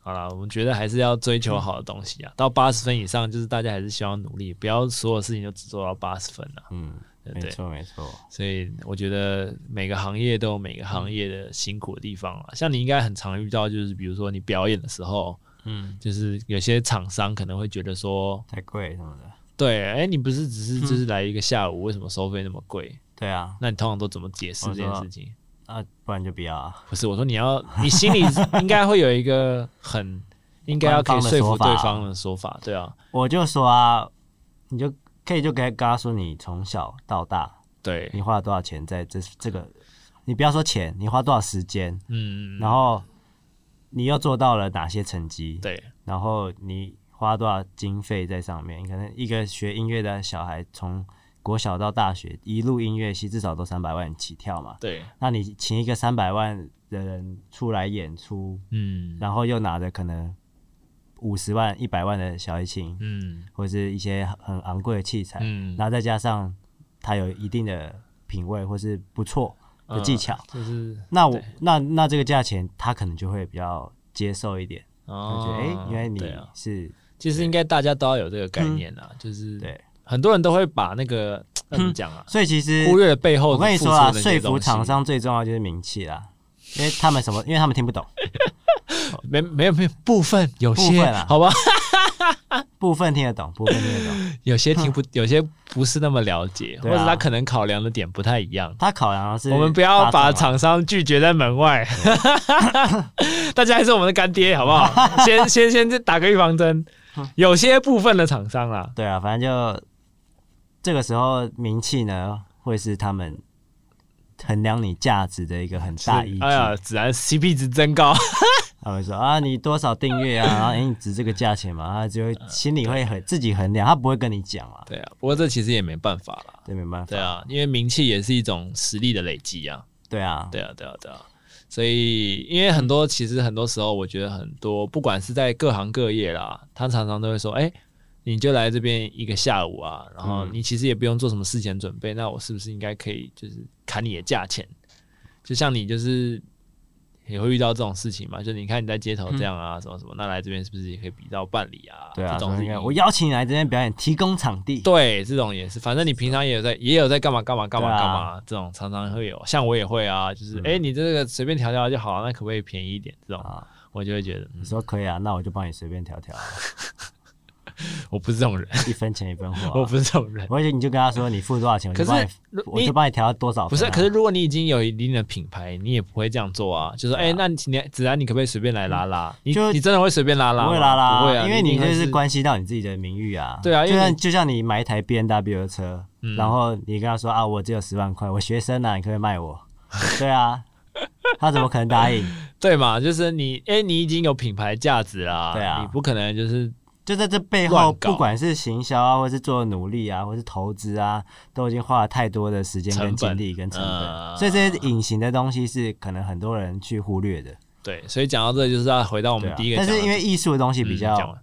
Speaker 1: 好啦，我们觉得还是要追求好的东西啊。到八十分以上，就是大家还是希望努力，不要所有事情都只做到八十分啊，
Speaker 2: 嗯，
Speaker 1: 对不
Speaker 2: 没
Speaker 1: 对？
Speaker 2: 错没错，
Speaker 1: 所以我觉得每个行业都有每个行业的辛苦的地方啊。像你应该很常遇到，就是比如说你表演的时候，
Speaker 2: 嗯，
Speaker 1: 就是有些厂商可能会觉得说，
Speaker 2: 太贵什么的。
Speaker 1: 对，哎、你不是只是就是来一个下午，为什么收费那么贵？
Speaker 2: 对啊，
Speaker 1: 那你通常都怎么解释
Speaker 2: 我
Speaker 1: 这件
Speaker 2: 知道
Speaker 1: 事情？
Speaker 2: 啊，不然就不要啊。
Speaker 1: 不是，我说你要，你心里应该会有一个很应该要可以
Speaker 2: 官方的
Speaker 1: 说服
Speaker 2: 说法
Speaker 1: 对方的说法，对啊，
Speaker 2: 我就说啊，你就可以就跟跟他说，你从小到大
Speaker 1: 对，
Speaker 2: 你花了多少钱在这这个，你不要说钱，你花多少时间，
Speaker 1: 嗯，
Speaker 2: 然后你又做到了哪些成绩？
Speaker 1: 对，
Speaker 2: 然后你花多少经费在上面？你可能一个学音乐的小孩，从国小到大学一路音乐系，至少都三百万起跳嘛。
Speaker 1: 对，
Speaker 2: 那你请一个三百万的人出来演出，
Speaker 1: 嗯
Speaker 2: 然后又拿着可能五十万、一百万的小提琴，
Speaker 1: 嗯
Speaker 2: 或是一些很昂贵的器材，
Speaker 1: 嗯，
Speaker 2: 然后再加上他有一定的品味或是不错的技巧，
Speaker 1: 嗯就是
Speaker 2: 那我
Speaker 1: 对
Speaker 2: 那那这个价钱，他可能就会比较接受一点。我觉
Speaker 1: 哦
Speaker 2: 得，哎、因为你
Speaker 1: 对啊，
Speaker 2: 是
Speaker 1: 其实应该大家都要有这个概念啊，就是
Speaker 2: 嗯对，
Speaker 1: 很多人都会把那个那怎么讲啊，
Speaker 2: 所以其实
Speaker 1: 忽略了背后
Speaker 2: 我跟你
Speaker 1: 付出
Speaker 2: 说
Speaker 1: 的
Speaker 2: 啦，
Speaker 1: 那
Speaker 2: 说
Speaker 1: 些
Speaker 2: 服
Speaker 1: 东西
Speaker 2: 厂商最重要就是名气啦，因为他们什么，因为他们听不懂，
Speaker 1: 没没有没有部分有
Speaker 2: 部
Speaker 1: 些
Speaker 2: 分啊
Speaker 1: 好 吧，
Speaker 2: 部分听得懂，部分听得懂，
Speaker 1: 有些听不有些不是那么了解，或
Speaker 2: 对啊
Speaker 1: 者他可能考量的点不太一样。
Speaker 2: 他考量的是啊
Speaker 1: 我们不要把
Speaker 2: 大众嘛
Speaker 1: 厂商拒绝在门外， 大家还是我们的干爹，好不好？ 先先先打个预防针。
Speaker 2: 嗯
Speaker 1: 有些部分的厂商啦，
Speaker 2: 对啊，反正就这个时候名气呢，会是他们衡量你价值的一个很大依据。
Speaker 1: 哎呀，自然 CP 值增高，
Speaker 2: 他们说啊，你多少订阅啊，然后哎、你值这个价钱嘛，他就会
Speaker 1: 呃
Speaker 2: 心里会很自己衡量，他不会跟你讲啊，
Speaker 1: 对啊。不过这其实也没办法啦，
Speaker 2: 对，没办法，
Speaker 1: 对啊，因为名气也是一种实力的累积啊。
Speaker 2: 对啊，
Speaker 1: 对啊，对啊，对啊。所以，因为很多其实很多时候，我觉得很多不管是在各行各业啦，他常常都会说：“哎、你就来这边一个下午啊，然后
Speaker 2: 嗯
Speaker 1: 你其实也不用做什么事前准备，那我是不是应该可以就是砍你的价钱？”就像你就是也会遇到这种事情嘛，就你看你在街头这样啊，什么什么，那来这边是不是也可以比照办理啊？
Speaker 2: 对啊，
Speaker 1: 这种
Speaker 2: 所
Speaker 1: 是
Speaker 2: 以
Speaker 1: 一
Speaker 2: 我邀请你来这边表演，提供场地，
Speaker 1: 对，这种也是，反正你平常也有在，也有在干嘛干嘛干嘛
Speaker 2: 对啊嗯
Speaker 1: 干嘛，这种常常会有，像我也会啊，就是哎、诶你这个随便调调就好啊，那可不可以便宜一点？这种
Speaker 2: 啊
Speaker 1: 我就会觉得，嗯
Speaker 2: 你说可以啊，那我就帮你随便调调，
Speaker 1: 我不是这种人，
Speaker 2: 一分钱一分货、
Speaker 1: 我
Speaker 2: 啊。
Speaker 1: 不是这种人。
Speaker 2: 而且你就跟他说你付多少钱，我
Speaker 1: 可
Speaker 2: 就是帮你，
Speaker 1: 如
Speaker 2: 我
Speaker 1: 你
Speaker 2: 就帮你调啊到多少、
Speaker 1: 不是，可是如果你已经有一定的品牌，你也不会这样做啊。就说哎、诶那你子然你可不可以随便来拉拉？你
Speaker 2: 嗯就
Speaker 1: 你真的会随便拉拉吗？
Speaker 2: 不会啦啦，
Speaker 1: 不会啊，
Speaker 2: 因为
Speaker 1: 你
Speaker 2: 你
Speaker 1: 一定
Speaker 2: 就
Speaker 1: 会
Speaker 2: 是关系到你自己的名誉啊。
Speaker 1: 对啊因
Speaker 2: 就
Speaker 1: 为你嗯
Speaker 2: 像就像你买一台 B N W 的车，然后你跟他说啊，我只有十万块，我学生啊，你可不可以卖我？ 对啊，他怎么可能答应？
Speaker 1: 对嘛，就是你哎、诶你已经有品牌价值啦，
Speaker 2: 对啊
Speaker 1: 你不可能就是
Speaker 2: 就在这背后，
Speaker 1: 乱搞
Speaker 2: 不管是行销啊，或是做努力啊，或是投资啊，都已经花了太多的时间、
Speaker 1: 成
Speaker 2: 跟
Speaker 1: 本
Speaker 2: 精力、跟成本，
Speaker 1: 呃
Speaker 2: 所以这些隐形的东西是可能很多人去忽略的。
Speaker 1: 对。所以讲到这，就是要回到我
Speaker 2: 对
Speaker 1: 们
Speaker 2: 啊
Speaker 1: 第一，个
Speaker 2: 但
Speaker 1: 讲的，
Speaker 2: 是因为艺术的东西比
Speaker 1: 嗯
Speaker 2: 较
Speaker 1: 讲完嗯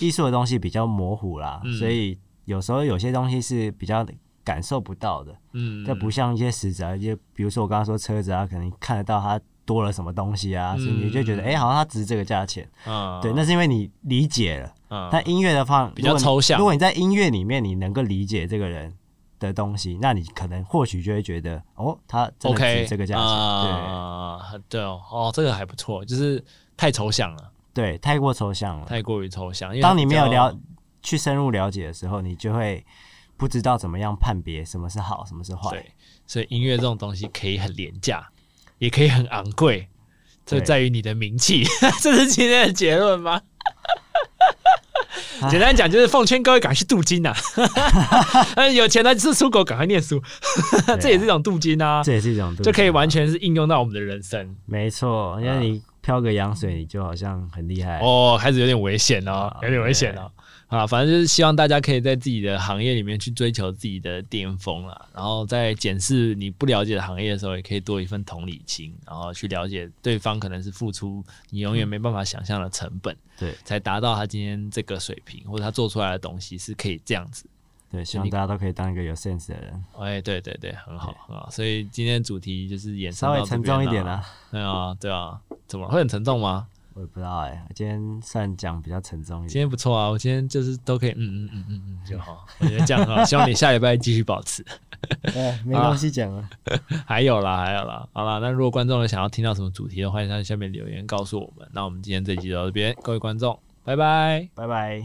Speaker 2: 艺术的东西比较模糊啦，所以有时候有些东西是比较感受不到的。
Speaker 1: 嗯，
Speaker 2: 这不像一些实质啊，就比如说我刚刚说车子啊，可能看得到它多了什么东西啊，所以你就觉得哎、诶好像它值这个价钱。
Speaker 1: 嗯
Speaker 2: 对，那是因为你理解了。
Speaker 1: 嗯
Speaker 2: 但音乐的话，
Speaker 1: 比较抽象
Speaker 2: 如果你。如果你在音乐里面你能够理解这个人的东西，那你可能或许就会觉得哦，他真的
Speaker 1: OK，
Speaker 2: 值这个价钱。
Speaker 1: 啊、对哦，哦，这个还不错，就是太抽象了，
Speaker 2: 对对，太过抽象了。
Speaker 1: 太过于抽象。因为
Speaker 2: 当你没有
Speaker 1: 比较
Speaker 2: 了去深入了解的时候，你就会不知道怎么样判别什么是好，什么是坏。
Speaker 1: 对，所以音乐这种东西可以很廉价，也可以很昂贵，这
Speaker 2: 对
Speaker 1: 在于你的名气。 这是今天的结论吗？ 简单讲就是奉劝各位赶快去镀金 呐、啊，有钱的是出国赶快念书， 这也是一种镀金啊，
Speaker 2: 这也是一种，
Speaker 1: 就可以完。全是应用到我们的人生。
Speaker 2: 没错，因为你飘个羊水，你就好像很厉害。
Speaker 1: 哦，开始有点危险哦
Speaker 2: 哎啊，
Speaker 1: 有点危险哦。啊，反正就是希望大家可以在自己的行业里面去追求自己的巅峰啦，然后在检视你不了解的行业的时候，也可以多一份同理心，然后去了解对方可能是付出你永远没办法想象的成本，
Speaker 2: 对
Speaker 1: 才达到他今天这个水平，或者他做出来的东西是可以这样子。
Speaker 2: 对，希望大家都可以当一个有 sense 的人，
Speaker 1: 哎，对对对，很好很好。所以今天的主题就是衍生
Speaker 2: 稍微
Speaker 1: 到这
Speaker 2: 沉
Speaker 1: 边
Speaker 2: 重一点
Speaker 1: 啦
Speaker 2: 啊。
Speaker 1: 对啊，对啊，怎么了会很沉重吗？
Speaker 2: 我也不知道哎、今天算讲比较沉重一
Speaker 1: 今
Speaker 2: 点。
Speaker 1: 天不错啊，我今天就是都可以，嗯嗯嗯嗯嗯就好。我觉得这样很好，希望你下礼拜继续保持。
Speaker 2: 哎，没
Speaker 1: 东
Speaker 2: 西讲了。
Speaker 1: 还有啦，还有啦，好啦，那如果观众有想要听到什么主题的话，欢迎在下面留言告诉我们。那我们今天这集就到这边，各位观众，拜拜。
Speaker 2: 拜拜。